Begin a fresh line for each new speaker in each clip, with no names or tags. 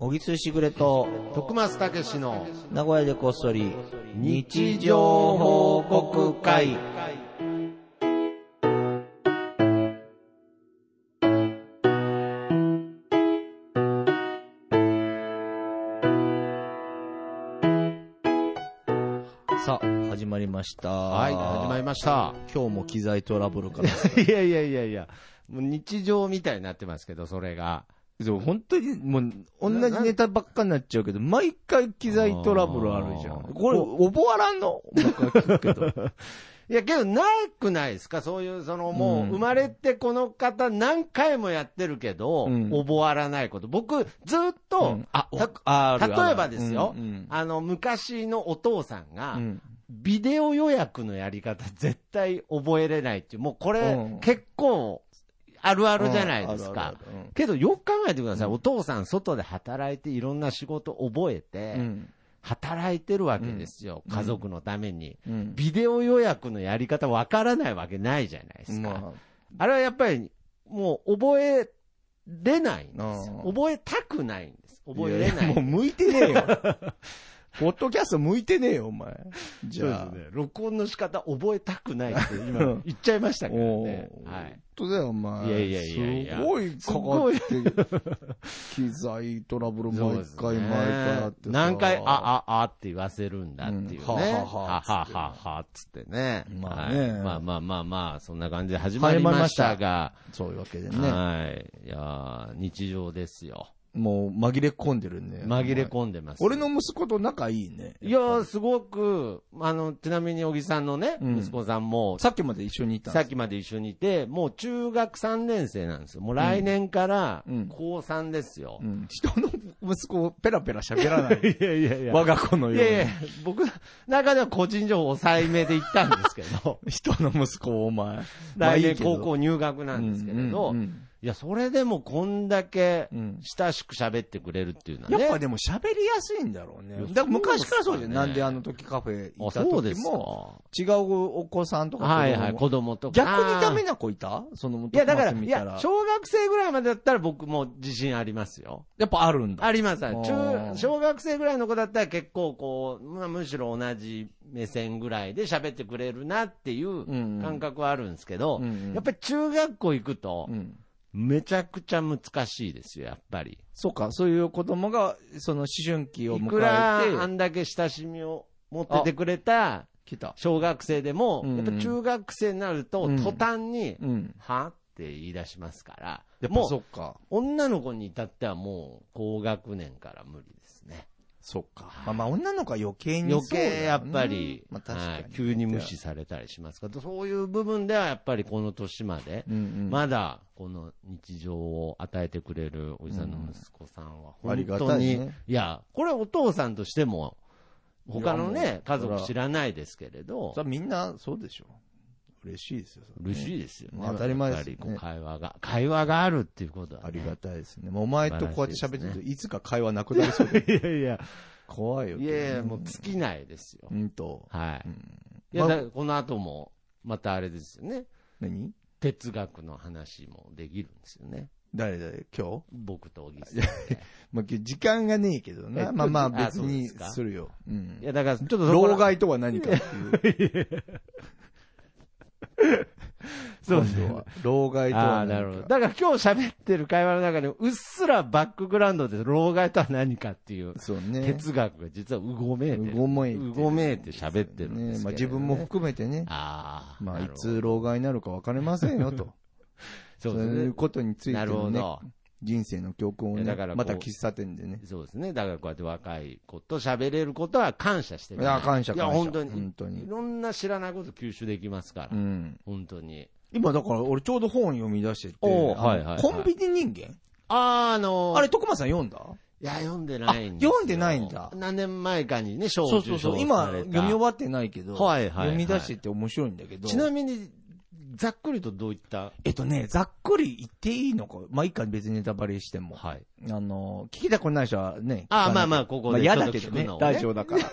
小木つしぐれと、
徳松たけしの
名古屋でこっそり、日常報告会。さあ、始まりました。
はい、始まりました。
今日も機材トラブルから。
いやいやいやいや、もう日常みたいになってますけど、それが。
そう、本当に、もう、同じネタばっかになっちゃうけど、毎回機材トラブルあるじゃ
あ
ん。
ー
これ、覚わらんの僕は聞くけど。
いや、けど、なくないですかそういう、その、もう、
うん
生まれてこの方何回もやってるけど、
うん
覚わらないこと。僕、ずっ
う
と
ん、あ、
た
わあるある
例えばですよ
うん
あの、昔のお父さんが、
うんうん
ビデオ予約のやり方絶対覚えれないっていう、もうこれ、
うん
結構、あるあるじゃないです
あ
か
る。あるある
けど、よく考えてください。
うん
お父さん、外で働いて、いろんな仕事覚えて、
うん
働いてるわけですよ。
うん
家族のために。
うん
ビデオ予約のやり方わからないわけないじゃないですか。
ま
あれはやっぱり、もう覚えれないんですよ。
うん
覚えたくないんです。
あ
覚えれない。
やもう向いてねえよ。ポッドキャスト向いてねえよ、お前。じゃ
そう
あ
で。すね。録音の仕方覚えたくないって今言っちゃいましたけ ど
お
ね。
ー
はい。。
本当だよ、お前。
いやいやいやいや
すごいかかってる、機材トラブル毎
そう
回
です
毎
ね
回あってさ
何回、あ、あ、あって言わせるんだっていうね。
うんはあはあは
は
あ
あはあはあつってね。
まあね
はいまあまあまあまあ、そんな感じで始まりましたが。
そういうわけでね。
はい。いやー日常ですよ。
もう紛れ込んでるね。
紛れ込んでます。
俺の息子と仲いいね。
いやー、すごく、あの、ちなみに小木さんのね、
うん
息子さんも、
さっきまで一緒にいたん
さ
で
っ
す
きまで一緒にいて、もう中学3年生なんですよ。もう来年から
うん
高3ですよ。
うん人の息子をペラペラ喋ら ない。
いやいやいや
我が子のよう
い
に。、
やいや、僕の中では個人情報抑えめで言ったんですけど
人の息子をお前。
来年高校入学なんですけれど、
うんうん
いや、それでもこんだけ
うん
親しく喋ってくれるっていうのは
や
ね。
っぱでも喋りやすいんだろうね
いや。
だから昔からそうじゃん。
そうですか
な
ね
んであの時カフェ行
あ
った
そうで
時
す
も、
か。
違うお子さんとか子供も
はいはい、子供とか。
逆にダメな子いたその、
いや、だから、
トマト
い
見た
や、小学生ぐらいまでだったら僕もう自信ありますよ。
やっぱあるんだ。
あります。
あー
中、小学生ぐらいの子だったら結構こう、まあ、むしろ同じ目線ぐらいで喋ってくれるなっていう
うん
感覚はあるんですけど、
うん
やっぱり中学校行くと
う、ん。
めちゃくちゃ難しいですよ、やっぱり。
そうか、そういう子供が、その思春期を
い
迎
くらあ
えて、
んだけ親しみを持っててくれた
来た。
小学生でも、
うん
やっぱ中学生になると、
うん
途端に、
うん。
はって言い出しますから、
やっぱ
もう
そっか。
女の子に至ってはもう高学年から無理ですね。
そっか。まあまあ女の子は余計に
余
そうだよね
計やっぱり、
まあ確か
は
に
い。急に無視されたりしますから、そういう部分ではやっぱりこの年まで、
うんうん。
まだこの日常を与えてくれるおじさんの息子さんは、
うんあり
本
が
当
たい
に、
ね
いや、これはお父さんとしても、他
いや
の
も
ね
う、
家族知らないですけれど
そ、れはみんなそうでしょ。嬉しいですよ。それね
嬉しいですよね。
当たり前ですよね
やっぱりこう会話が、会話があるっていうことは、ね。
ありがたいですね。もうお前とこうやって
素晴
喋
らし
ってる
いですね
と、いつか会話なくなりそう で。
いやいや、
怖いよ。
いやいや、もう尽きないですよ
う。んと。
は
う
い。
ん
いや、
ま
だからこの後も、またあれですよね。
何
哲学の話もできるんですよね。
誰誰今日
僕と小木さんで。
まあ、今日時間がねえけど
え
ね
今。日
まあまあ
あ
別に
そうですか
するよ。うん
い。や、だから、ちょっとそこら
老害とは何かっていう。
そうですね
今度は。老害と
あ
は
あ、なるほ
何
ど。
か。
だから今日喋ってる会話の中で、うっすらバックグラウンドで、老害とは何かっていう、
そうね。
哲学が実はうごめいてる。
うごめいてる
うごめいて喋ってるんですけど、ね。
ねまあ自分も。含めてね。
ああ。
まあ
ないるほど
つ老害になるか分かりませんよと。
そ
そうう
です
いう
ね。
ことについて
なる
の
ほ
ね、
ど。
人生の教訓を
いや
ね
だから、こ
ま
う
た喫茶店でね。
そうですね。だからこうやって若い子と喋れることは感謝して
いや、感謝
いや、
感謝。
本当に。
本当
い
に。
ろんな知らないこと吸収できますから。
うん。
本当に。
今だから俺ちょうど本読み出してて、
おう
あの
はいはいはい
コンビニ人間
あー、あのー
あれ徳間さん読んだ
いや、読んでないんですよ
あ読んでないんだ
何年前かにね、賞を
そう
受
そう
賞
そう。
さ
今
れた
読み終わってないけど、
はいはいはい
読み出してて面白いんだけど、
ちなみに、ざっくりとどういった
えっとね、ざっくり言っていいのか。まあ、いいか、別にネタバレしても。
はい。
あの、聞きたくない人はね。
ああ、
聞かなきゃ
まあまあ、ここ
まあ
で。
嫌だけど
ちょっ
ね
と聞くのを。
ラジオだから。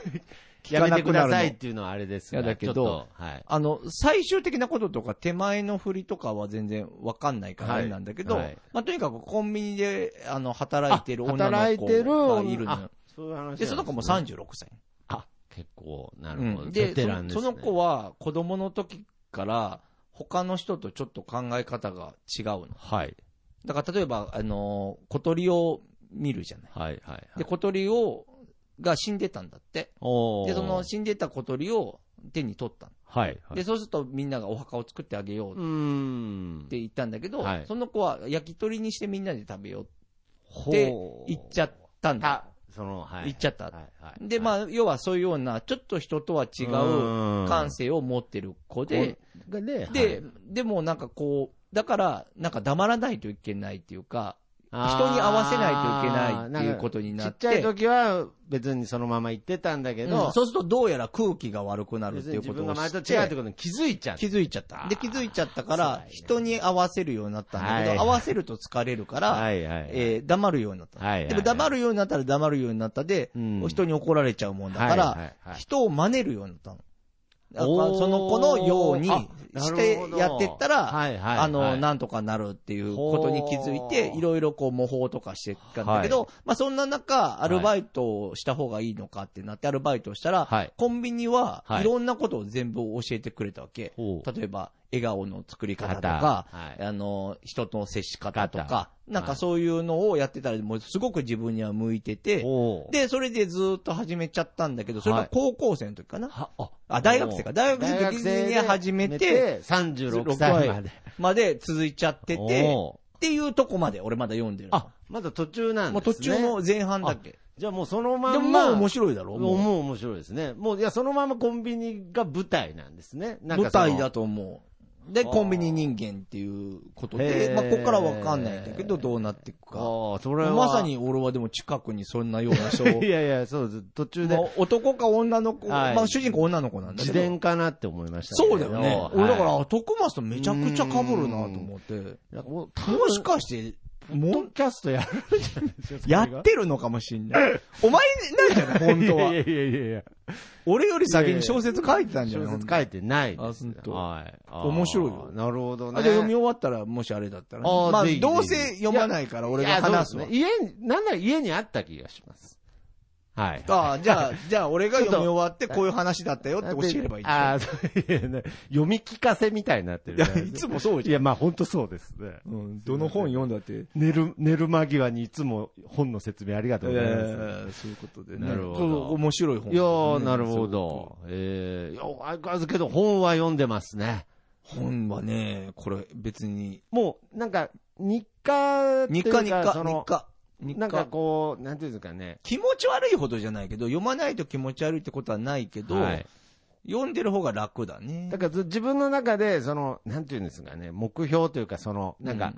聞
や
か
め
な
て
く
く
な
だ
るの
さいっていうのはあれですが
いやだけど
ちょっとは い。
あの、最終的なこととか手前の振りとかは全然わかんないから
は
あ
い
れなんだけど、
はい
まあとにかくコンビニで、あの、働いてる女の子が
働
い
いて
る
る
の
女
よ
あ。そういう話なんで
で、
すね
その子も36歳。
あ、結構、な
う
るほど。
ん
ベ
で
テランで
そ、
すね。
その子は子供の時から、他の人とちょっと考え方が違うの。
はい。
だから例えば、あの、小鳥を見るじゃない。
はい、はいはい。
で、小鳥を、が死んでたんだって。
おー
で、その、死んでた小鳥を手に取ったの
はい、はい。
で、そうするとみんながお墓を作ってあげよう
うーん
っ。て言ったんだけど、
はい
その子は焼き鳥にしてみんなで食べようって
で
言っちゃったんだ。
た。その、はい。
言っちゃった。
はいはい
で、まあ、要はそういうような、ちょっと人とは違う
う
感性を持ってる子で、
で、で、
で、でもなんかこう、だから、なんか黙らないといけないっていうか、人に合わせないといけないっていうこととにな
ち
っ
っちゃい
て、
時は別にそのまま言ってたんだけ
う
ど
ん、そうするとどうやら空気が悪くなるって
別に
いう
自
こと
分
を
が
知
前と
っ
違うって
て、
ことに気づいちゃう。
気づいちゃった。で、気づいちゃったから、人に合わせるようになったんだけど、
はい
合わせると疲れるから、
はいはいはい。
えー黙るようになった。
はいはいはい
でも黙るようになったら黙るようになったで、
うん
人に怒られちゃうもんだから、
はいはいはい
人を真似るようになったの。だから
おー
その子のように
あな
し
る
て
ほど
やってったら、
はいはいはい
あの、なんとかなるっていうことに気づいて、
ほう
いろいろこう模倣とかしてったんだけど、
は
まあそんな中、アルバイトをした方がいいのかってなって、アルバイトをしたら、
はい
コンビニは
はい
いろんなことを全部教えてくれたわけ。
ほう
例えば、笑顔の作り方と
方
か、
はい
あの、人との接し方と
方
か、なん
は
か
い
そういうのをやってたら、もうすごく自分には向いてて、
おー
で、それでずーっと始めちゃったんだけど、それが高校生の時かな、
はあ
あ大学生か大学生の時
大学生
に始めて
36歳まで。
まで続いちゃってて、
おー
っていうとこまで俺まだ読んでるの。
あ、まだ途中なん
もう
ですね。
途中の前半だっけ。
じゃあもうそのまんま。
でももう面白いだろ
もう
も
面白いですね。もう、いや、そのままコンビニが舞台なんですね。
う
なん
舞
かその
台だと思う。で、
あー
コンビニ人間っていうこと
へ
で、
ー
まあ、ここからわかんないんだけど、どうなっていく
あ
か。
ーそれは。
まさ。に俺はでも近くにそんなような人を
いやいや、そうです。途中で
まあ、男か女の子、
はい
まあ主人公女の子なんだけ
自
ど。
伝かなって思いました
そ
けど。
うだよね。
はい
俺だから、あ徳松とめちゃくちゃ被るなと思って。
いやもう、多分
もしかして、
ポ
も
ッドキャストやるんじゃないですか。
やってるのかもしんない。お前なんじゃない本当
いや。
はい
やいやいや。
俺より先に小説書いてたんじゃ
小
ない
説書いてないです。
あ本当
はい。あー
面白いよ
なるほど
あ
ね。
じゃあ読み終わったら、もしあれだったらね、
あー
まあ
ぜひぜ、ひ
どうせ読まないから俺が話すわ。
いやそうですね家に、なんなら家にあった気がします。はい。
ああ、じゃあ、じゃあ俺が読み終わって、こういう話だったよって教えればいいじゃ
ああ、そういやね読み聞かせみたいになってる
ん。
じゃ
い
な
や、
い
い
です
つもそう
か。い
じゃん。
や、まあ本当そうですね。
うん、どの本読んだって。
寝る、寝る間際にいつも本の説明ありが
え
とうございます。
ーそういうことでね。
なるほど
そう面白い本、
いやー、なるほ。ど。ええー、いや、相変わらずけど本は読んでますね。
本はね、これ別に、
もう、なんか、日課ってい
日
う
課
か、
日課、
そ
日
の、
課。日
なんか
課。
こう、なんていうんですかね。
気持ち悪いほどじゃないけど、読まないと気持ち悪いってことはないけど、
はい
読んでる方が楽だね。
だからず自分の中で、その、なんていうんですかね、目標というか、その、なんか、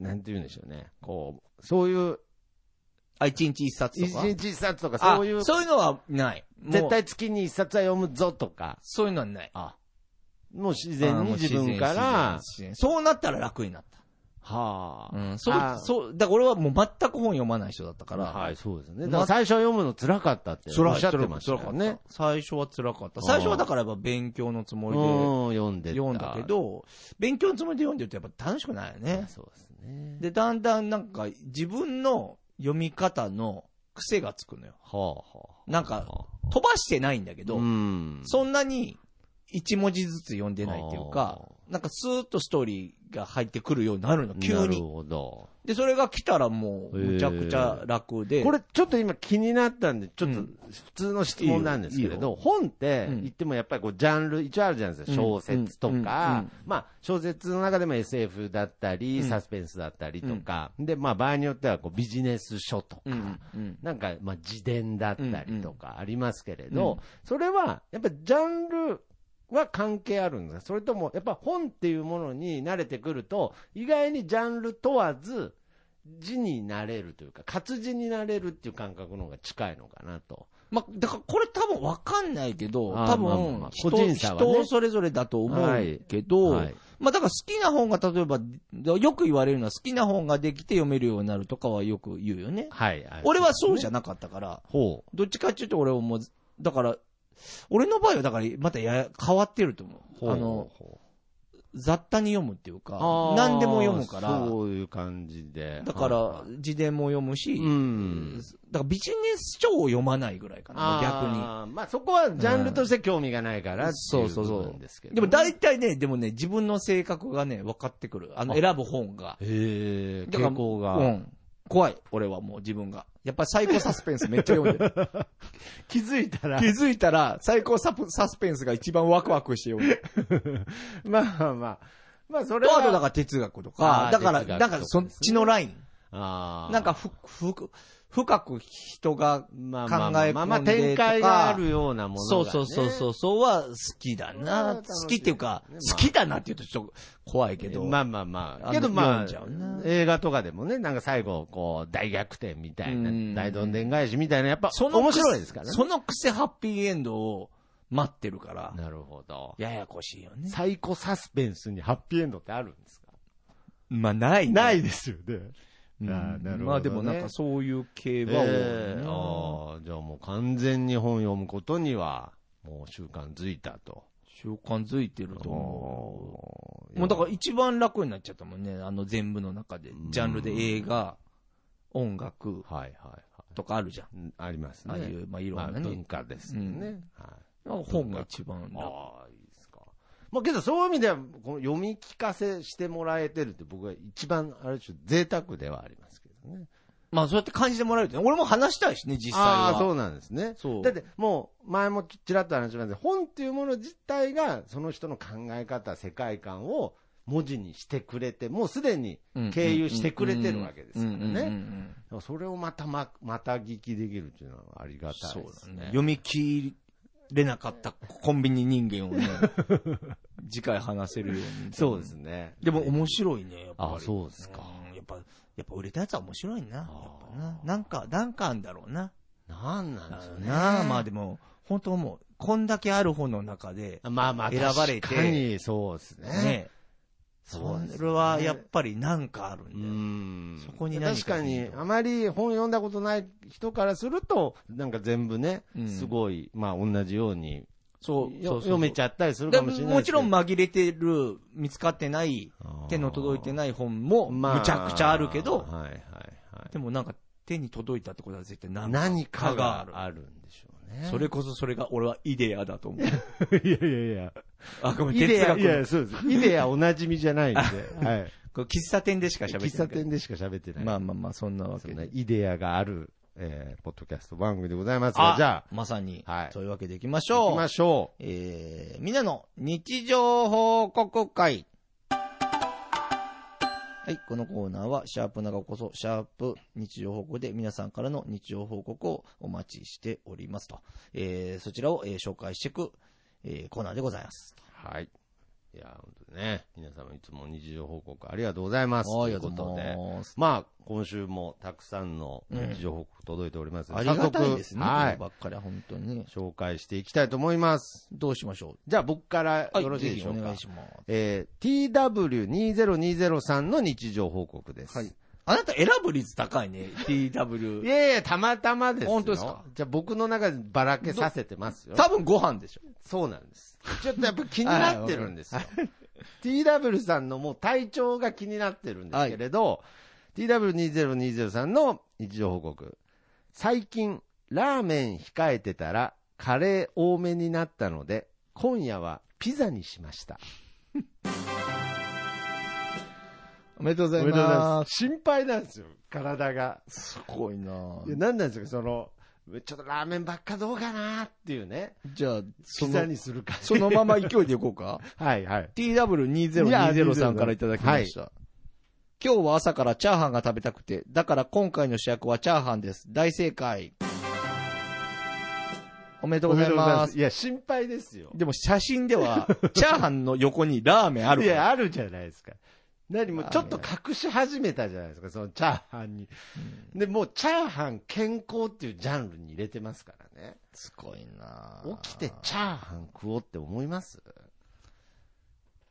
なんていうんでしょうね。こう、そういう、
あ、一日一冊
一
とか。
日一冊とか、
あ
そういう、
そういうのはない。もう
絶。対月に一冊は読むぞとか、
そういうのはない。
あもう自
あ
然
ー
に
もう
自
然
分から、は
自然自然そうなったら楽になっ
あ
た。、うん。そ
あー
う、そう、だから俺はもう全く本読まない人だったから。
はい、そうです
ま
ね。だから最初読むの辛かったってお
辛
っ
い
しゃってました
辛
よ
い
ね。
最初は辛かった。最初はだからやっぱ勉強のつも
うん
りで、
読んでた
読んだけ。ど、勉強のつもりで読んでるとやっぱ楽しくないよね。
そうですね。
で、だんだんなんか自分の読み方の癖がつくのよ。
はあ、は
なん
あ、
か、
は
飛ばしてないんだけ
あ。
ど、
ん
そんなに一文字ずつ読んでないっていうか、なんかスーッとストーリーが入ってくるようになるの、急
なる
に。
ほど。
で、それが来たらもう、むちゃくちゃ楽で。
これちょっと今気になったんで、ちょっと
うん
普通の質問なんですけれ
いいよ
ど、本って
うん
言ってもやっぱりこうジャンル一応あるじゃないですか、
うん
小説と
う
か
んうん、
まあ小説の中でも SF だったり、
うん
サスペンスだったりとか、で、まあ場合によってはこうビジネス書とか
う、ん、うん。
なんか、まあ、自伝だったりとかありますけれ
う
ど、
ん
それは、やっぱジャンルは関係あるんですかそれとも、やっぱ本っていうものに慣れてくると、意外にジャンル問わず、字になれるというか、活字になれるっていう感覚の方が近いのかなと。
まあ、だからこれ多分わかんないけど、
あー
多
まあまあま
分
あ
人、
個人差はね
人それぞれだと思うけど、
はい
まあだから好きな本が例えば、よく言われるのは好きな本ができて読めるようになるとかはよく言うよね。
はいはい。
俺はそうじゃなかったから、
ほ
どっちかっていうと俺はもう、だから、俺の場合はだからまたやや変わってると思
う。
う。あの、
ほ
雑多に読むっていう
う、
か、何でも読むから、
そういう感じで。
だか
はい
ら
はい
自伝も読むし、
うん。
だからビジネス書を読まないぐらいかな、逆に。
あー。まあそこはジャンルとして興味がないから、
そうそうそう
なんですけど。
でも大体ね、でもね、自分の性格がね、分かってくる。あの、
あ
選ぶ本が。
へえ、
だから
傾向が、
うん。怖い、俺はもう自分が。やっぱサイコサスペンスめっちゃ読ん でる。
気づいた ら
気、づいたら、サイコサプサスペンスが一番ワクワクして 読んでる。
まあまあまあ、まあそれ
と、
は、
あとだから哲学とか、
あー
だから、
哲学
なんかそっちのライン。
あー
なんか、ふ、ふ、深く人が、
まあまあ
考え込んで
まあまあ展開
とか
があるようなものが、
そ
ね。
うそうそうそう、そうは好きだな。
それは楽しい
好きっていうか、
ねまあ
好きだなって言うとちょっと怖いけど。
まあまあま
あ
あ。
の
けどまあ
読んじゃうな、
映画とかでもね、なんか最後、こう、大逆転みたいうな、
ん
大どんでん返しみたいな、やっぱ、
その
面白いですからね。
そのくせハッピーエンドを待ってるから、
なるほど。
ややこしいよね。
サイコサスペンスにハッピーエンドってあるんですか
まあ、ない、
ないですよね。
うん
あーなるほどね
まあでもなんかそういう系は多いな、
ええああ、じゃあもう完全に本読むことには、もう習慣づいたと。
習慣づいてると思
も
う。もうだから一番楽になっちゃったもんね、あの全部の中で。ジャンルで映画、音楽
はいはいはい
とかあるじゃん。
うん。ありますね。
ああいう、まあいろ
まあ
んなね
文。化ですよね。はい
まあ本が一番楽。
ああ、いいですか。まあけどそういう意味では、この読み聞かせしてもらえてるって僕は一番、あれちょっと贅沢ではありますけどね。
まあそうやって感じてもらえるとね。俺も話したいしね、実際は。
ああ、そうなんですね。
そう
だってもう、前もちらっと話しましたけど本っていうもの自体が、その人の考え方、世界観を文字にしてくれて、もうすでに
うん
経由してくれてるわけですからね。
うんうんうんうん
だからそれをまたま、また聞きできるっていうのはありがたい
そう
です
だ
ね。
ね。読み切れなかったコンビニ人間を ね、次回話せるように。
そうですね。
でも面白いね、やっぱり。
あそうですか
うん。やっぱ、やっぱ売れたやつは面白いな。やっ
あー
ぱな。なんか、なんかあんだろうな。
なんなんで
あ
しょ
の
うね。
なあまあでも、本当もう、こんだけある本の中で、
まあまあ、
選ばれて
確かに、そうですね。
ね、
そう
そ
ですね
れはやっぱりなんかある
うんん。
そこに何か
確かに、あまり本読んだことない人からすると、なんか全部ね、
うん
すごい、まあ同じように
だよ。
よ読めち
ゃ
ゃったりする
で
かもしれ
も
ない
も
で
ち
すけど。
ろん紛れてる、見つかってない、手の届いてない本も、
まあ
むちゃくちゃあるけど、
はいはい
でもなんか手に届いたってことは絶対ない
は。
んか
何かが
かが
あるんでしょうね。
それこそそれが俺はイデアだと思う。
いやいや いや。
あ、ごめん、
イ
哲
デア、
学
い
の
や、そう です。イデアおなじみじゃないん で。はい。
これ喫茶店でしか喋ってない。
喫茶店でしか喋ってない。
まあまあまあ、そんなわ
そ
け
んな
で。
イデアがある、えーポッドキャスト番組でございます
あ
が、じゃあ、
まさに。
はい
そういうわけでいきまし
行
ょ
き
う。
ましょう。
えー、みんなの日常報告会。はい、このコーナーは、シャープ長こそ、シャープ日常報告で皆さんからの日常報告をお待ちしておりますと。えー、そちらを、えー紹介していく、えーコーナーでございます。
はい。いや、本当にね、皆様いつも日常報告ありがとうございます。
あ
と
りが
いう
と
こ
うござ
と
い
で、
ます。
まあ、今週もたくさんの日常報告届いておりますの
あ
で、
り
早速
がたいですね。
は
はい。
い
ばっかりは本当にね。
紹介していきたいと思います。
どうしましょ
じゃあ、僕から
う。
よろしいでしょ
は
う
ぜひお
か。
願いします。
えー、TW2020 さんの日常報告です。
はい。あなた選ぶ率高いね、TW
い。やいや、たまたまですよ。
本当ですか
じゃあ、僕の中でばらけさせてますよ。
多分ご飯でしょ。
そうな んです。ちょっとやっぱ気になってるんですよ。TW さんのもう体調が気になってるんですけれど、TW2020 さんの日常報告。最近、ラーメン控えてたら、カレー多めになったので、今夜はピザにしました。
おめでとうご
お
ざいます。
す。心配なんですよ、体が。
すごいない
や、なんなんですか、その、ちょっとラーメンばっかどうかなっていうね。
じゃあ、そ
ピザ
の、
にするか。
そのまま勢いでいこう か。
はいはい。
TW2020 さんからいただきました。今日は朝からチャーハンが食べたくて、だから今回の主役はチャーハンです。大正解。おめでとうございます。
いや、心配ですよ。
でも写真で は、チャーハンの横にラーメンある
い
から。
や、あるじゃないですか。何もちょっと隠し始めたじゃないですか、そのチャーハンに。で、もうチャーハン健康っていうジャンルに入れてますからね。ね、
すごいな
起きてチャーハン食おうって思います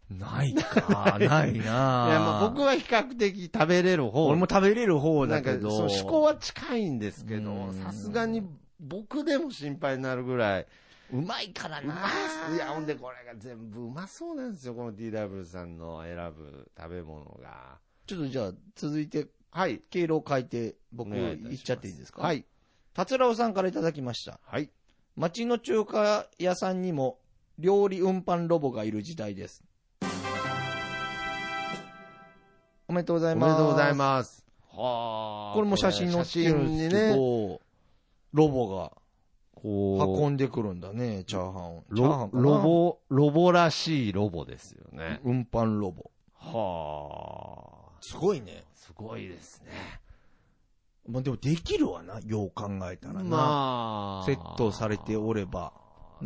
ないか、 ないない
や、まあ僕
は、
は比較的食べれる方。
俺も食べれる方
な
だ
んか
け
そ
ど、
の思考は近いんですけ
う
ど、
ん
さすがに僕でも心配になるぐらい、
うまいから
うま
な。
いっすいや、ほんでこれが全部うまそうなんですよ、この DW さんの選ぶ食べ物が。
ちょっとじゃあ、続いて、
はい。
経路を変えて、
お
僕、
願いいたします
言っちゃっていいですか。
はいい。
達郎さんからいただきました。
はい。
町の中華屋さんにも、料理運搬ロボがいる時代です。おめでとうござ
お
い
め
ます。
でとうございます。はあ。
これも写真載ってるんですけ
写真にね、
ど、ロボが
こ
運んでくるんだね、チャーハンを。
う、
チャーハン
ロ
かな
ロボ、ロボらしいロボですよね。
運搬ロボ。
はあ。
すごいね。
すごいですね。
まあでもできるわな、よう考えたらな。
まあ。
セットされておれば。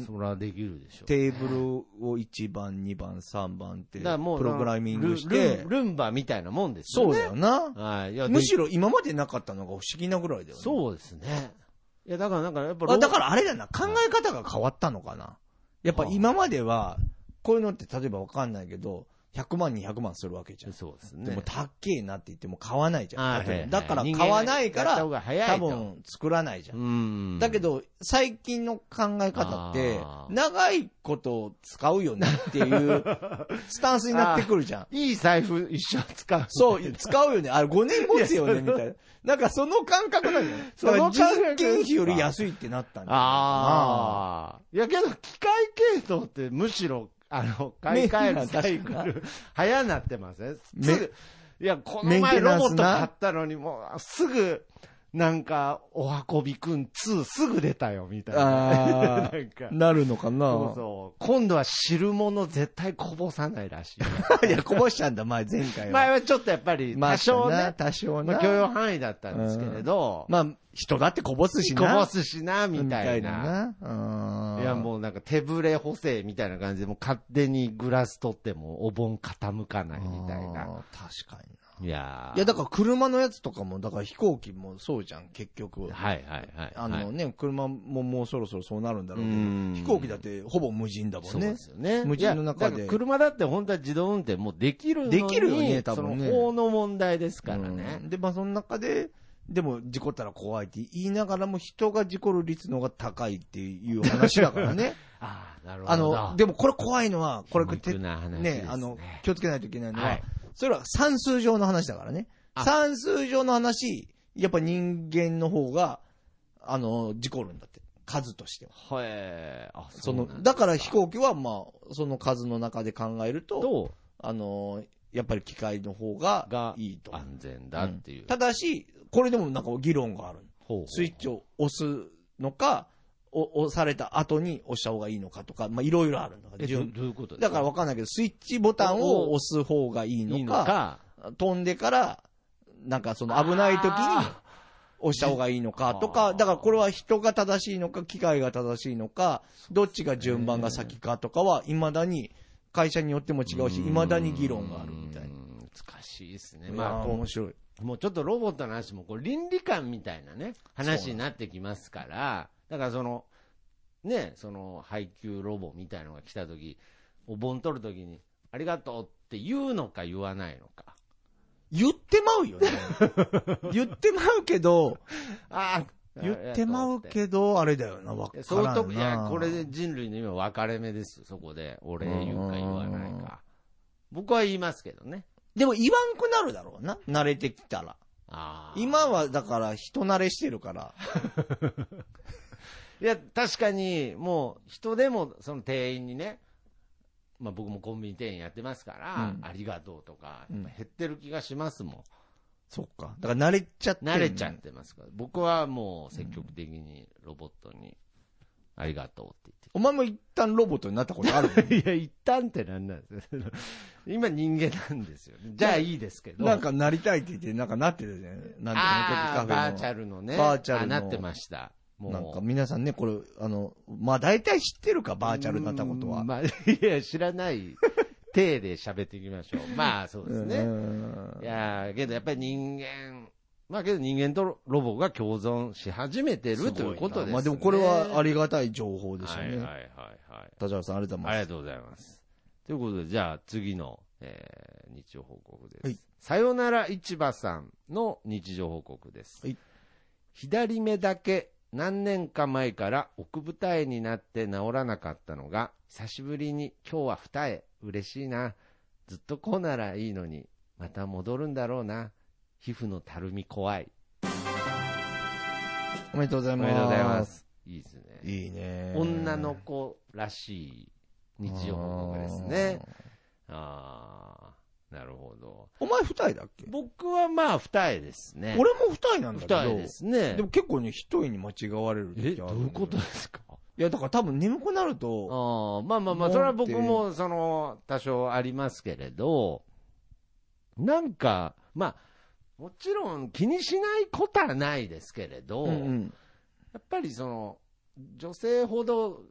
それはできるでしょう。
テーブルを1番、2番、3番って、
だ
プ
からもう、
ログラミングし
ル
て
ル、ルンバみたいなもんですよ
そう
ね。
だよな。
はい。いや、
むし
ろ。
ろ今までなかったのが不思議なぐらいだよね。
そうですね。いや、だから、なんか、やっぱ、
あだかららあれだな、考え方が変わったのかな。やっぱ今までは、こういうのって例えばわかんないけど、100万、200万するわけじゃん。
そうです
で
ね
も、。たっけえなって言っても買わないじゃ
あ
ん。
ーはいはい
だから買わないか
人間がやった方
ら、
が早
多
いと。
分作らないじゃん。
うん。
だけ、ど、最近の考え方って
あ、ー。
長いこと使うよねっていうスタンスになってくるじゃん
いい財布一緒に使う。
そう、使うよね。あれ5年持つよね、みたいな。なんかその感覚なんだよ。
そ
だ
の
から
感
人
覚
件費より安いってなったんだよ
ああ。いやけど、機械系統ってむしろ、あの、買い替えるサイ
メン
ク
テナンス
ル、早なってません
め
すぐ、いや、こ
メ
の
ンテ
前
ナ
ロ
ン
ボ
スな
ット買ったのに、もう、すぐ、なんか、お運びくん2すぐ出たよ、みたいな。な
あ
んか
ー、なるのかな
そうそう。今度は汁物絶対こぼさないら しい。
いや、こぼしちゃんだ、前、前回
前
は。
はちょっとやっぱり、
まあ
多少
な
ね、
多少
ま
な
あ、。許容範囲だったんですけれど、
まあ、人だってこぼすし
こ
な。
ぼすしな、みたいな。
みたいな。
いや、もうなんか手ぶれ補正みたいな感じで、もう勝手にグラス取ってもお盆傾かないみたいな。
あー。確かにな。
いやー
いや、だから車のやつとかも、だから飛行機もそうじゃん、結局。
はいはいはい。
あのね、車ももうそろそろそうなるんだろうけ
う
ど
ん、
飛行機だってほぼ無人だも
そ
ん
う
ね
で。すよね。
無人の中で
いやだから車だって本当は自動運転もうできるのに。
できるよね多分ね
その法の問題ですからね
う。んで、まあその中で、でも事故ったら怖いって言いながらも人が事故る率の方が高いっていう話だからね。
あ あ、なるほ
あ
ど。
の、でもこれ怖いのは、これ
皮肉な話ですね
ね、あの、気をつけないといけないのは、
はい
それは算数上の話だからね。
あ
算数上の話、やっぱ人間の方が、あの、事故るんだって。数としては。
はい。あ、
そう
な
の
んです、
だから飛行機は、まあ、その数の中で考えると、
と
あの、やっぱり機械の方が
が
いいと。
安全だっていう。
ただし、これでもなんか議論がある。
ほう
スイッチを押すのか、お押された後に押した方がいいのかとか、まあ、いろいろあるの
え
が
ど
順
どういうこと
だから分かんないけど、スイッチボタンを押す方がいい
いい
の
の
か、
か、
飛んでから、なんかその危ない時に押した方がいいのかと
あ
か、
ー
だからこれは人が正しいのか、機械が正しいのか、どっちが順番が先かとかは、未だに会社によっても違うし、未だに議論があるみたいな。
うん難しいですね。
ま
ま
あ、
あ、こう
面白い。
もうちょっとロボットの話もこう倫理観みたいなね、話になってきますから、だからその、ね、その配給ロボみたいのが来た時お盆取る時に、ありがとうって言うのか言わないのか。
言ってまうよ ね。言ってまうけど、
ああ
言ってまうけど、あれだよな、わからんな。
相当、いや、これで人類の今分かれ目ですよ、そこで。俺言うか言わないか。僕は言いますけどね。
でも言わんくなるだろうな、慣れてきたら。
ああ
今はだから人慣れしてるから。
いや、確かに、もう、人でも、その店員にね、まあ僕もコンビニ店員やってますから、
うん
ありがとうとか、
う
や
ん
っぱ減ってる気がしますも
そっか。だから慣れちゃって
ん。
んの
慣れちゃってますから、僕はもう積極的にロボットに、ありがとうって
お前も一旦ロボットになったことあるもん
言って。いや、一旦ってなんなんです 今人間なんですよね。じゃあいいですけど。
なんかなりたいって言って、なんかなってるじゃん。なん
あー、
とか
バ
の
ー
時
チ
カ
ャルのね。
バーチャルの
あなってました。
フ
も
ェ
う。
の。なんか皆さんね、これ、あの、まあ大体知ってるか、バーチャルになったこと
う
は
ん。まあ、いや、知らない体で喋っていきましょう。まあ、そうですね。
うん
いやーけどやっぱり人間まあけど人間とロボが共存し始めてるということです、ね。
まあでもこれはありがたい情報でした
はい
ね。
はいはいはい。
田島さん、ありがとうご
あ
ざいま
りがとうございます。ということで、じゃあ次の、えー日常報告です。
はい
さよなら市場さんの日常報告です。
はい
左目だけ何年か前から奥二重になって治らなかったのが、久しぶりに今日は二重、嬉しいな。ずっとこうならいいのに、また戻るんだろうな。皮膚のたるみ怖い。
す。おめでとうござい
お
ます。
めでとうございま。す。いいですね。
いいね。
女の子らしい日常報告ですね。ああ、なるほど。
あー。お前二重だっけ
僕はまあ、二重ですね。
俺も二重なんだけど。
二重で。すね。
でも結構ね、一重に間違われる
え、
時あ
ど
る
ういうこと
い
ですかあ
や、だから多分眠くなると、
あ、まあまあまあ、それは僕も、その、多少ありますけれど、なんか、まあ、もちろん気にしないことはないですけれど、
うんうん
やっぱりその、女性ほど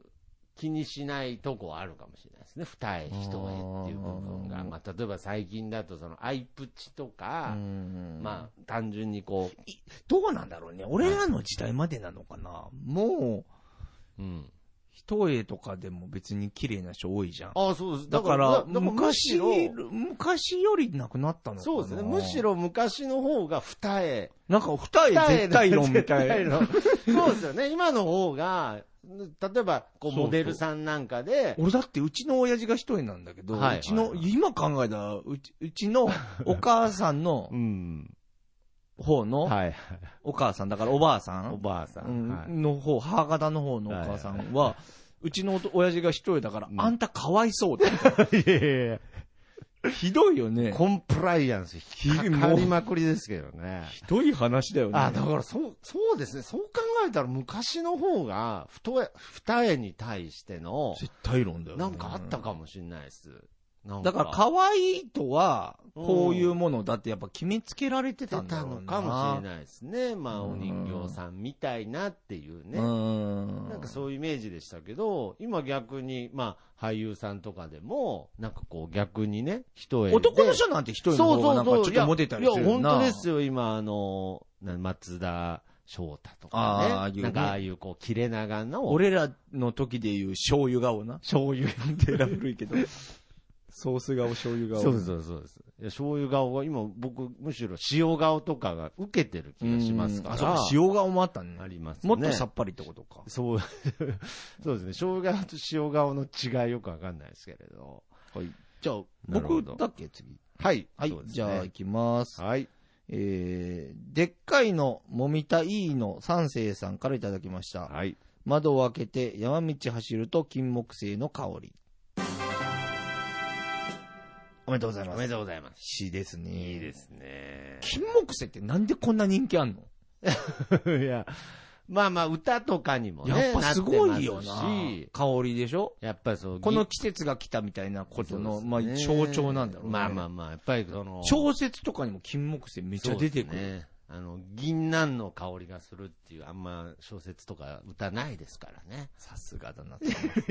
気にしないとこはあるかもしれないですね。二重、一重っていう部分
あ
が。
ー
まあ、例えば最近だと、その、アイプチとか
う、ん
まあ、単純にこう、
どうなんだろうね。俺らの時代までなのかな。もう、
うん。
一重とかでも別に綺麗な人多いじゃん。
ああ、そうです。
だから、昔
昔
より
むしろ、
昔よりなくなったのかな。
そうですね。むし。ろ昔の方が二重。
なんか二重絶対論みたいな。
な。 そうですよね。今の方が、例えば、こ
そ
う、
うそう
モデルさんなんかで、
俺だってうちの親父が一人なんだけど、
はいはいはいう
ちの、今考えたら、うち、うちのお母さんの
うん。
方の、
はいはい。
お母さん、だからおばあさ
お
ん
ばあさ。
うん
はい
んの方、母方の方のお母さんは、うちのおと親父が一人だから、
うん
あんたかわいそうだ。
いやいやいや
ひどいよね。
コンプライアンス引っかかりまくりですけどね。
ひどい話だよね。
あ、だからそう、そうですね。そう考えたら昔の方が、太重、二重に対しての、
絶対論だよね。
なんかあったかもしれないです。なん
だから、可愛いとは、こういうものだってやっぱ決めつけられてた
出
んだ
た
ろう
の
な。
かもしれないですね。まあ、
うん
お人形さんみたいなっていうね。
うん。
なんかそういうイメージでしたけど、今逆に、まあ、俳優さんとかでも、なんかこう逆にね、人へ。
男の人なんて一人
そう
の
そう
方が
そう。
なんかちょっとモテたりするよ
いや、い
な。
や本当ですよ。今、あの、な松田翔太と
ああ
か
いうね
ね。なんかああいうこう、切れ長の。
俺らの時で言う醤油顔な。醤油なんて選ぶいけど。ソース顔、醤油顔。
そうそうそうです。いや醤油顔が、今僕、むしろ塩顔とかが受けてる気がしますから。
あ、そうか、塩顔もあったね。
ありますね。
もっとさっぱりってことか。
そう、 そうですね。生姜と塩顔の違いはよくわかんないですけれど。
はい。じゃあ、
なるほ
僕
ど
だっけ、次。
はい。
はい、
そうです
じ
ね
ゃあ行きます。
はい。
えー、でっかいの、もみたいいの、三世さんからいただきました。
はい。
窓を開けて山道走ると金木犀の香り。おめでとうござい
お
ま。
めですとうございます。
詩ですね。
いいで。すね。
金木犀ってなんでこんな人気あんの
いや、まあまあ、歌とかにもね、
やっぱすごいよ
って
な
ますし。
香りでしょ
やっぱりそう、
この季節が来たみたいなことの、まあ象徴なんだろうね。
まあまあ
あ。
まあ、やっぱりその、
小説とかにも金木犀めっちゃ出てく
そう
る。
ですね。あの、銀杏の香りがするっていう、あんま小説とか歌ないですから ね。
さすがだな。
い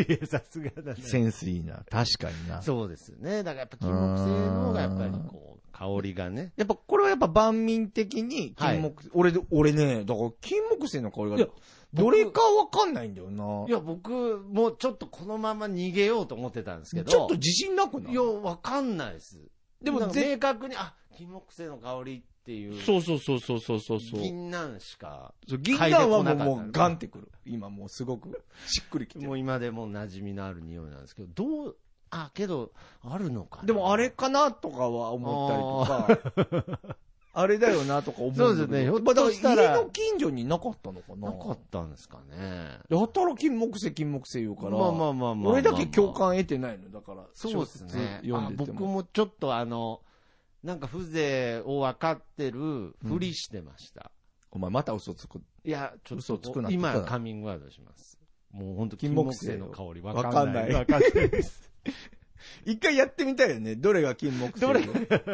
や、さすがだね
センスいいな。確か にな。
そうですよね。だからやっぱ金木犀の方がやっぱりこう、香りがね。
やっぱ、これはやっぱ万民的に、金木、俺で、俺ね、だから金木犀の香り
い
が、
や
どれかわかんないんだよ
い
な。
や、僕、もうちょっとこのまま逃げようと思ってたんですけど。
ちょっと自信なくない
いや、わかんないです。
で
な
も
んか
ぜ、
明確に、あ、金木犀の香りっていう。
そうそうそうそうそうそうそう。
銀杏しか、
そう銀杏はもう、
嗅いでこなかった
もうガンってくる。今もうすごく、しっくりきて
も
る。
う今でも馴染みのある匂いなんですけど、どう、あ、けど、あるのかな
でもあれかなとかは思ったりとか、あれだよなとか思うんだけど
そうですねひょっ
まあだ
としたら
から家の近所になかったのかな
なかったんですかね。
やたら金木犀金木犀言うから、
まあまあまあまあ。
俺だけ共感得てないの。だから、
そうです
小説
ね。
読んでて
あ
も。
僕もちょっとあの、なんか風情を分かってるふりしてました。
お前また嘘つく。
いや、ちょっ
嘘
と
つくなって言った
今
ら
カミングアウトします。もう本当
金
金
木
木
犀
犀
の
の香り分
わ
か
かん
ん
な
ないい。わかんないです。
一回やってみたいよね。どれが金木犀
どれ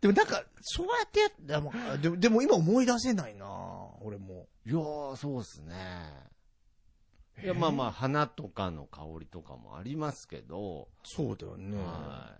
でもなんか、そうやってやったもうでも、でも今思い出せないな俺も。
いやー、そうですね。いや、まあまあ、花とかの香りとかもありますけど、
そうだよね。
は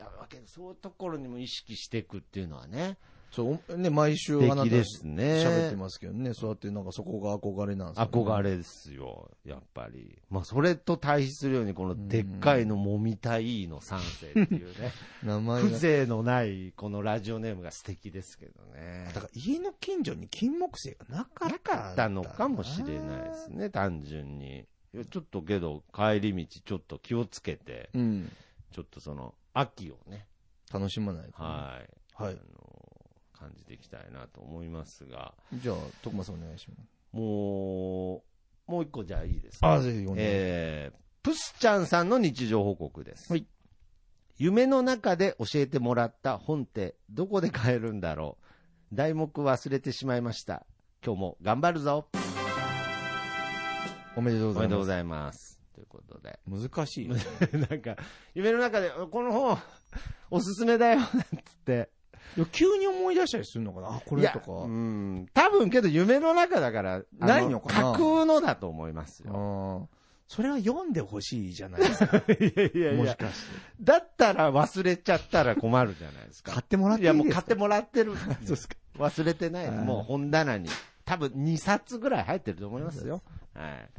い。いや、けどそういうところにも意識していくっていうのはね、
そう、ね、毎週あな
敵
た
ですね。
喋ってますけどね、そうやってなんかそこが憧れなんですよね。
憧れですよ、やっぱり。まあ、それと対比するように、このでっかいのもみたいの三世っていう ね、
名前が。
風情のないこのラジオネームが素敵ですけどね。
だから家の近所に金木犀がなかった
なん
だ
かったのかもしれないですね、単純に。いやちょっとけど、帰り道、ちょっと気をつけて、
うん。
ちょっとその、秋をね、
楽しまないとね、
はい、
はい
あの感じていきたいなと思いますが、
じゃあ、徳間さんお願いします。
もう、もう一個じゃあいいです
あ
か。
あ、ぜひお願いし
えープスちゃんさんの日常報告です。
はい
夢の中で教えてもらった本ってどこで買えるんだろう題目忘れてしまいました。今日も頑張るぞ
ます。おめでとう
お
ご
め
ざい
でとうご
ま
ざいます。ということで。
す。難しいよね。
なんか、夢の中で、この本、おすすめだよ、なんつって。
いや急に思い出したりするのかなあ、これと
いやう
か。
ん。多分けど、夢の中だから、あ
ないのかな
架空のだと思いますよ。
ああ。それは読んでほしいじゃ ないですか。
いやいや
もしかして。
だったら忘れちゃったら困るじゃないです か
買。ってもらっ
い
てい
や、
い
もう
です
買
か
ってもらって る。
そうですか。
忘れてない。
はい
もう本棚に。多分2冊ぐらい入ってると思いますよ。はい。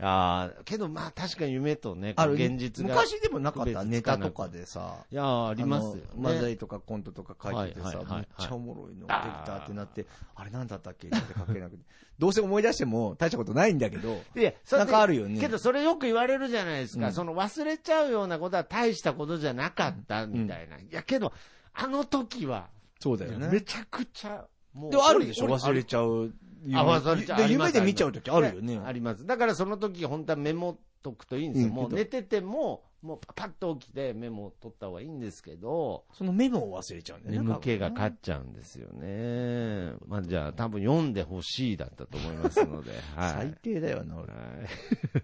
ああ、けどまあ確かに夢とね、こ
あ
う
る
現実が。
昔でもなかった
区
ネ
別つか
タ
なく
とかでさ。
いやー、ありますよね。
あの漫才とかコントとか書いてて
はい
さ
は、いはいはい
めっちゃおもろいのできたってなって、あれなんだったっけって書けなくて。どうせ思い出しても大したことないんだけど、
いやそ
な
れで
んかあるよね
けど、それよく言われるじゃないですか、
うん
その忘れちゃうようなことは大したことじゃなかったみたいな、いやけど、あの時は、
そうだよね。
めちゃくちゃ、も
でもあるでしょ忘れ
ち
ちゃう。
あ忘れちゃう
で
あります
夢で見ちゃうときあるよね。
あります、だからその時本当はメモっとくといいんですよ、
うん
もう寝てても、もうパッと起きてメモを取った方がいいんですけど、
そのメモを忘れちゃうんだよね。
眠気が勝っちゃうんですよね、まあ、じゃあ、多分読んでほしいだったと思います ので、はい
最低だよな、俺。あ
はい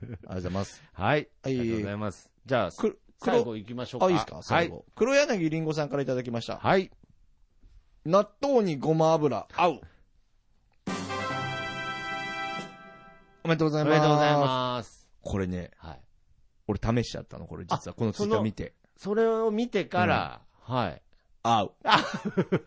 りがとうございます。
はい、あ
はい
りがとうございます。じゃあ、
く
最
黒、
後行きましょうか。
あ、いいですか最後。黒柳りんごさんからいただきました。
はい。はい。
納豆にごま油、合う。おめでとうござい
お
ま
め
す。
でとうございます。
これね、
はい。
俺試しちゃったの、これ実は。このツイッター見て。
それを見てから、はい。
合う。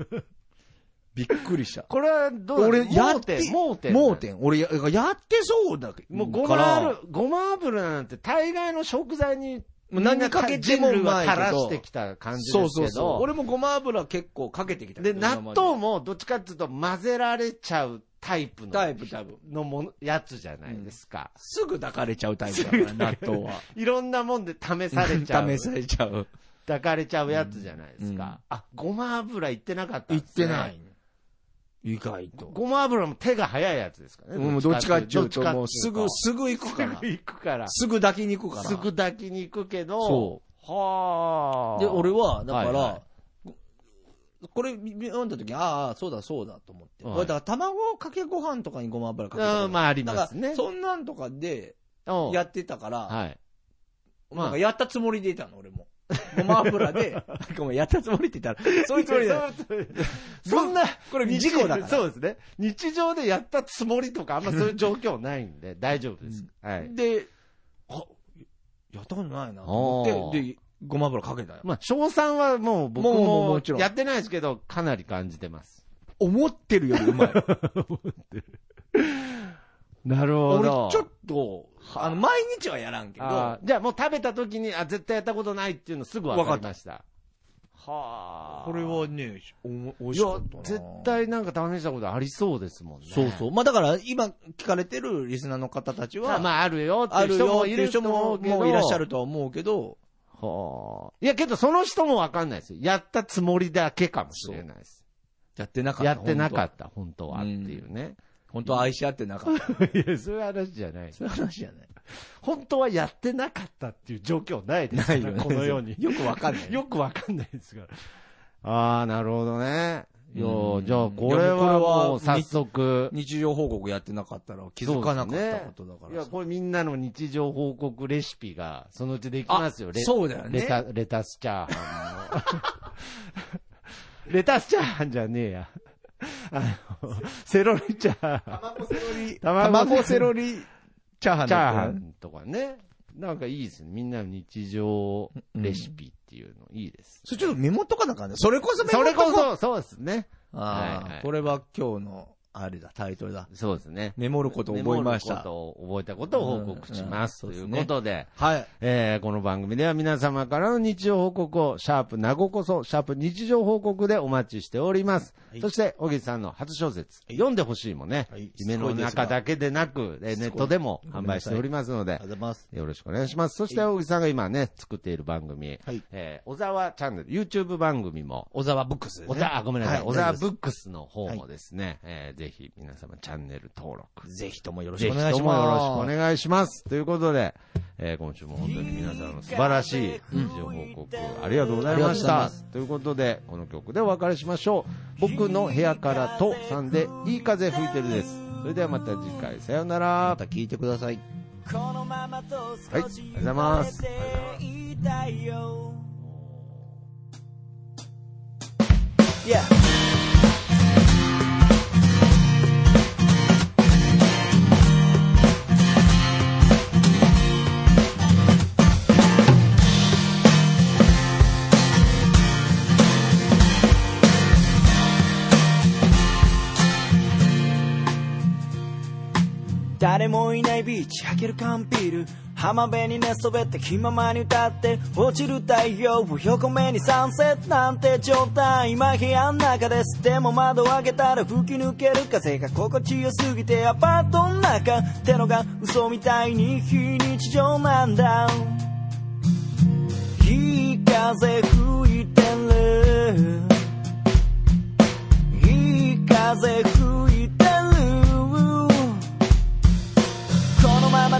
びっくりした。
これはどう
俺や
盲
って
点、盲点。
盲。点。俺や、やってそうだけど。
もうごま油、ごま油なんて大概の食材に、
もう何かけてもう
みんな
まいけ
か
ど
らしてきた感じで
そ
すけど。
うそうそう。俺もごま油結構かけてきたけ
で、
ど。
納豆
も
もどっちかっていうと混ぜられちゃうタイプの、
タイプ多分。
のもの、やつじゃないですか。
すぐ抱かれちゃうタイプだから、納豆は。
いろんなもんで 試されちゃう。
試されちゃう。
抱かれちゃうやつじゃないです
うんうん
か。あ、ごま油いってなかったん
言っ
ですね
てない。。意外と。
ごま油も手が早いやつですからね。
もうどっちかっていうと、
どっちか
もうすぐ、すぐ行く
す
から
ぐ。行くから。
すぐ抱きに行くから。
すぐ抱きに行くけど。。
そう
はあ。
で、俺は、だから、
はいは
これ読んだ時ああ、そうだそうだと思って。
はい
俺だから卵かけご飯とかにごま油かけたこと
うん、まああります
だか
ね
ら、。そんなんとかで
うん
やってたから、
はい。まあ
なんかやったつもりでいたの、俺も。ごま油 で、なんかもうやったつもりって言ったら、そういうつもりだ よ。
そんな、
これ事故だから。
そうですね。日常でやったつもりとか、あんまそういう状況ない んで、大丈夫です。はい。
で、あ、やったことないなと思って、
あ
で、ごま油かけたよ。
まあ、賞賛はもう僕
もうもうも
も
ちろん
やってないですけど、かなり感じてます。
思ってるよりうま い。
なるほ
俺、ちょっと、あの、毎日はやらんけど、
あーじゃあもう食べた時に、あ、絶対やったことないっていうのすぐ分かりました。はあ。
これはね、おも美味
い
しか
や
ったな、
絶対なんか試したことありそうですもんね。
そうそう。まあだから、今聞かれてるリスナーの方たち
まあ、
は、
まあ、あるよっ
あ
てい
る
う人
よっ
も
て
い
いう
る
人
人
も
も
もういらっしゃ
る。
るとは思うけど、
はあ。いや、けどその人も分かんないですよ。やったつもりだけかもしれないです。
やってなかった。
やってなかった、本当はっていうね。
本当は愛し合ってなかった。
いや、そういう話じゃな い。
そういう話じゃない。。
本当はやってなかったっていう状況ないですから、この世に
よくわかんない。
よくわかんないですから。ああ、なるほどね。いや
うん
じゃあ、これはもう早速。
日常報告やってなかったら気づかなかったことだか
い
ら
や、
さ。
これみんなの日常報告レシピが、そのうちできますよ。レ
そうだよね
レタレタスチャーハンの。レタスチャーハンじゃねえや。あの、セロリチャーハン。
卵セロリ、
卵
セロリチャーハン
チャーハ
だったね
ンとかね。なんかいいですね。みんなの日常レシピっていうのいいです。
それちょっとメモっとかなあかんね。それこそメ
そ
モっ
れ
とこ
こそ、そうですね。
あ
はいは
あ
い、
これは今日の、あれだ、タイトルだ。
そうですね。
メモることを覚えまし
メ
た。
モることを覚えたことを報告します。
うんうんそう
という
ですね
ことで、
はい。
えーこの番組では皆様からの日常報告を、シャープなごこそ、シャープ日常報告でお待ちしております。
はい
そして、小木さんの初小説、読んでほしいもね、
はい
夢の中だけでなく、えー
すご
ネ
い
ットでも販売しておりますの
ありが
で
とう、ございます。
よろしくお願いします。そして、小木さんが今ね、作っている番組、
はい
えー小沢チャンネル、YouTube 番組も、
小沢ブックス、ね。
小沢、あごめんなさい、
はい
小沢
大丈
ブックスの方もですね、えーぜひ皆様チャンネル登録。
夫ですぜひともよろし
ぜ
くお
ひ
願い
と
し
も
ます。
よろしくお願いします。ということで、えー今週も本当に皆さんの素晴らしい日常報告、ありがとうござい
ありがとうござい
まし
ま
た
す。
ということで、この曲でお別れしましょう。僕の部屋からとさんでいい風吹いてるです。それではまた次回、さようなら。
また聞いてください。
このままと
はい
少し
ありがとうございます
れていたいよ Yeah. 誰もいないビーチ開ける缶ビール浜辺に寝そべって気ままに歌って落ちる太陽を横目にサンセットなんて状態今部屋の中ですでも窓を開けたら吹き抜ける風が心地よすぎてアパートの中ってのが嘘みたいに非日常なんだいい風吹いてるいい風吹いてるこのまま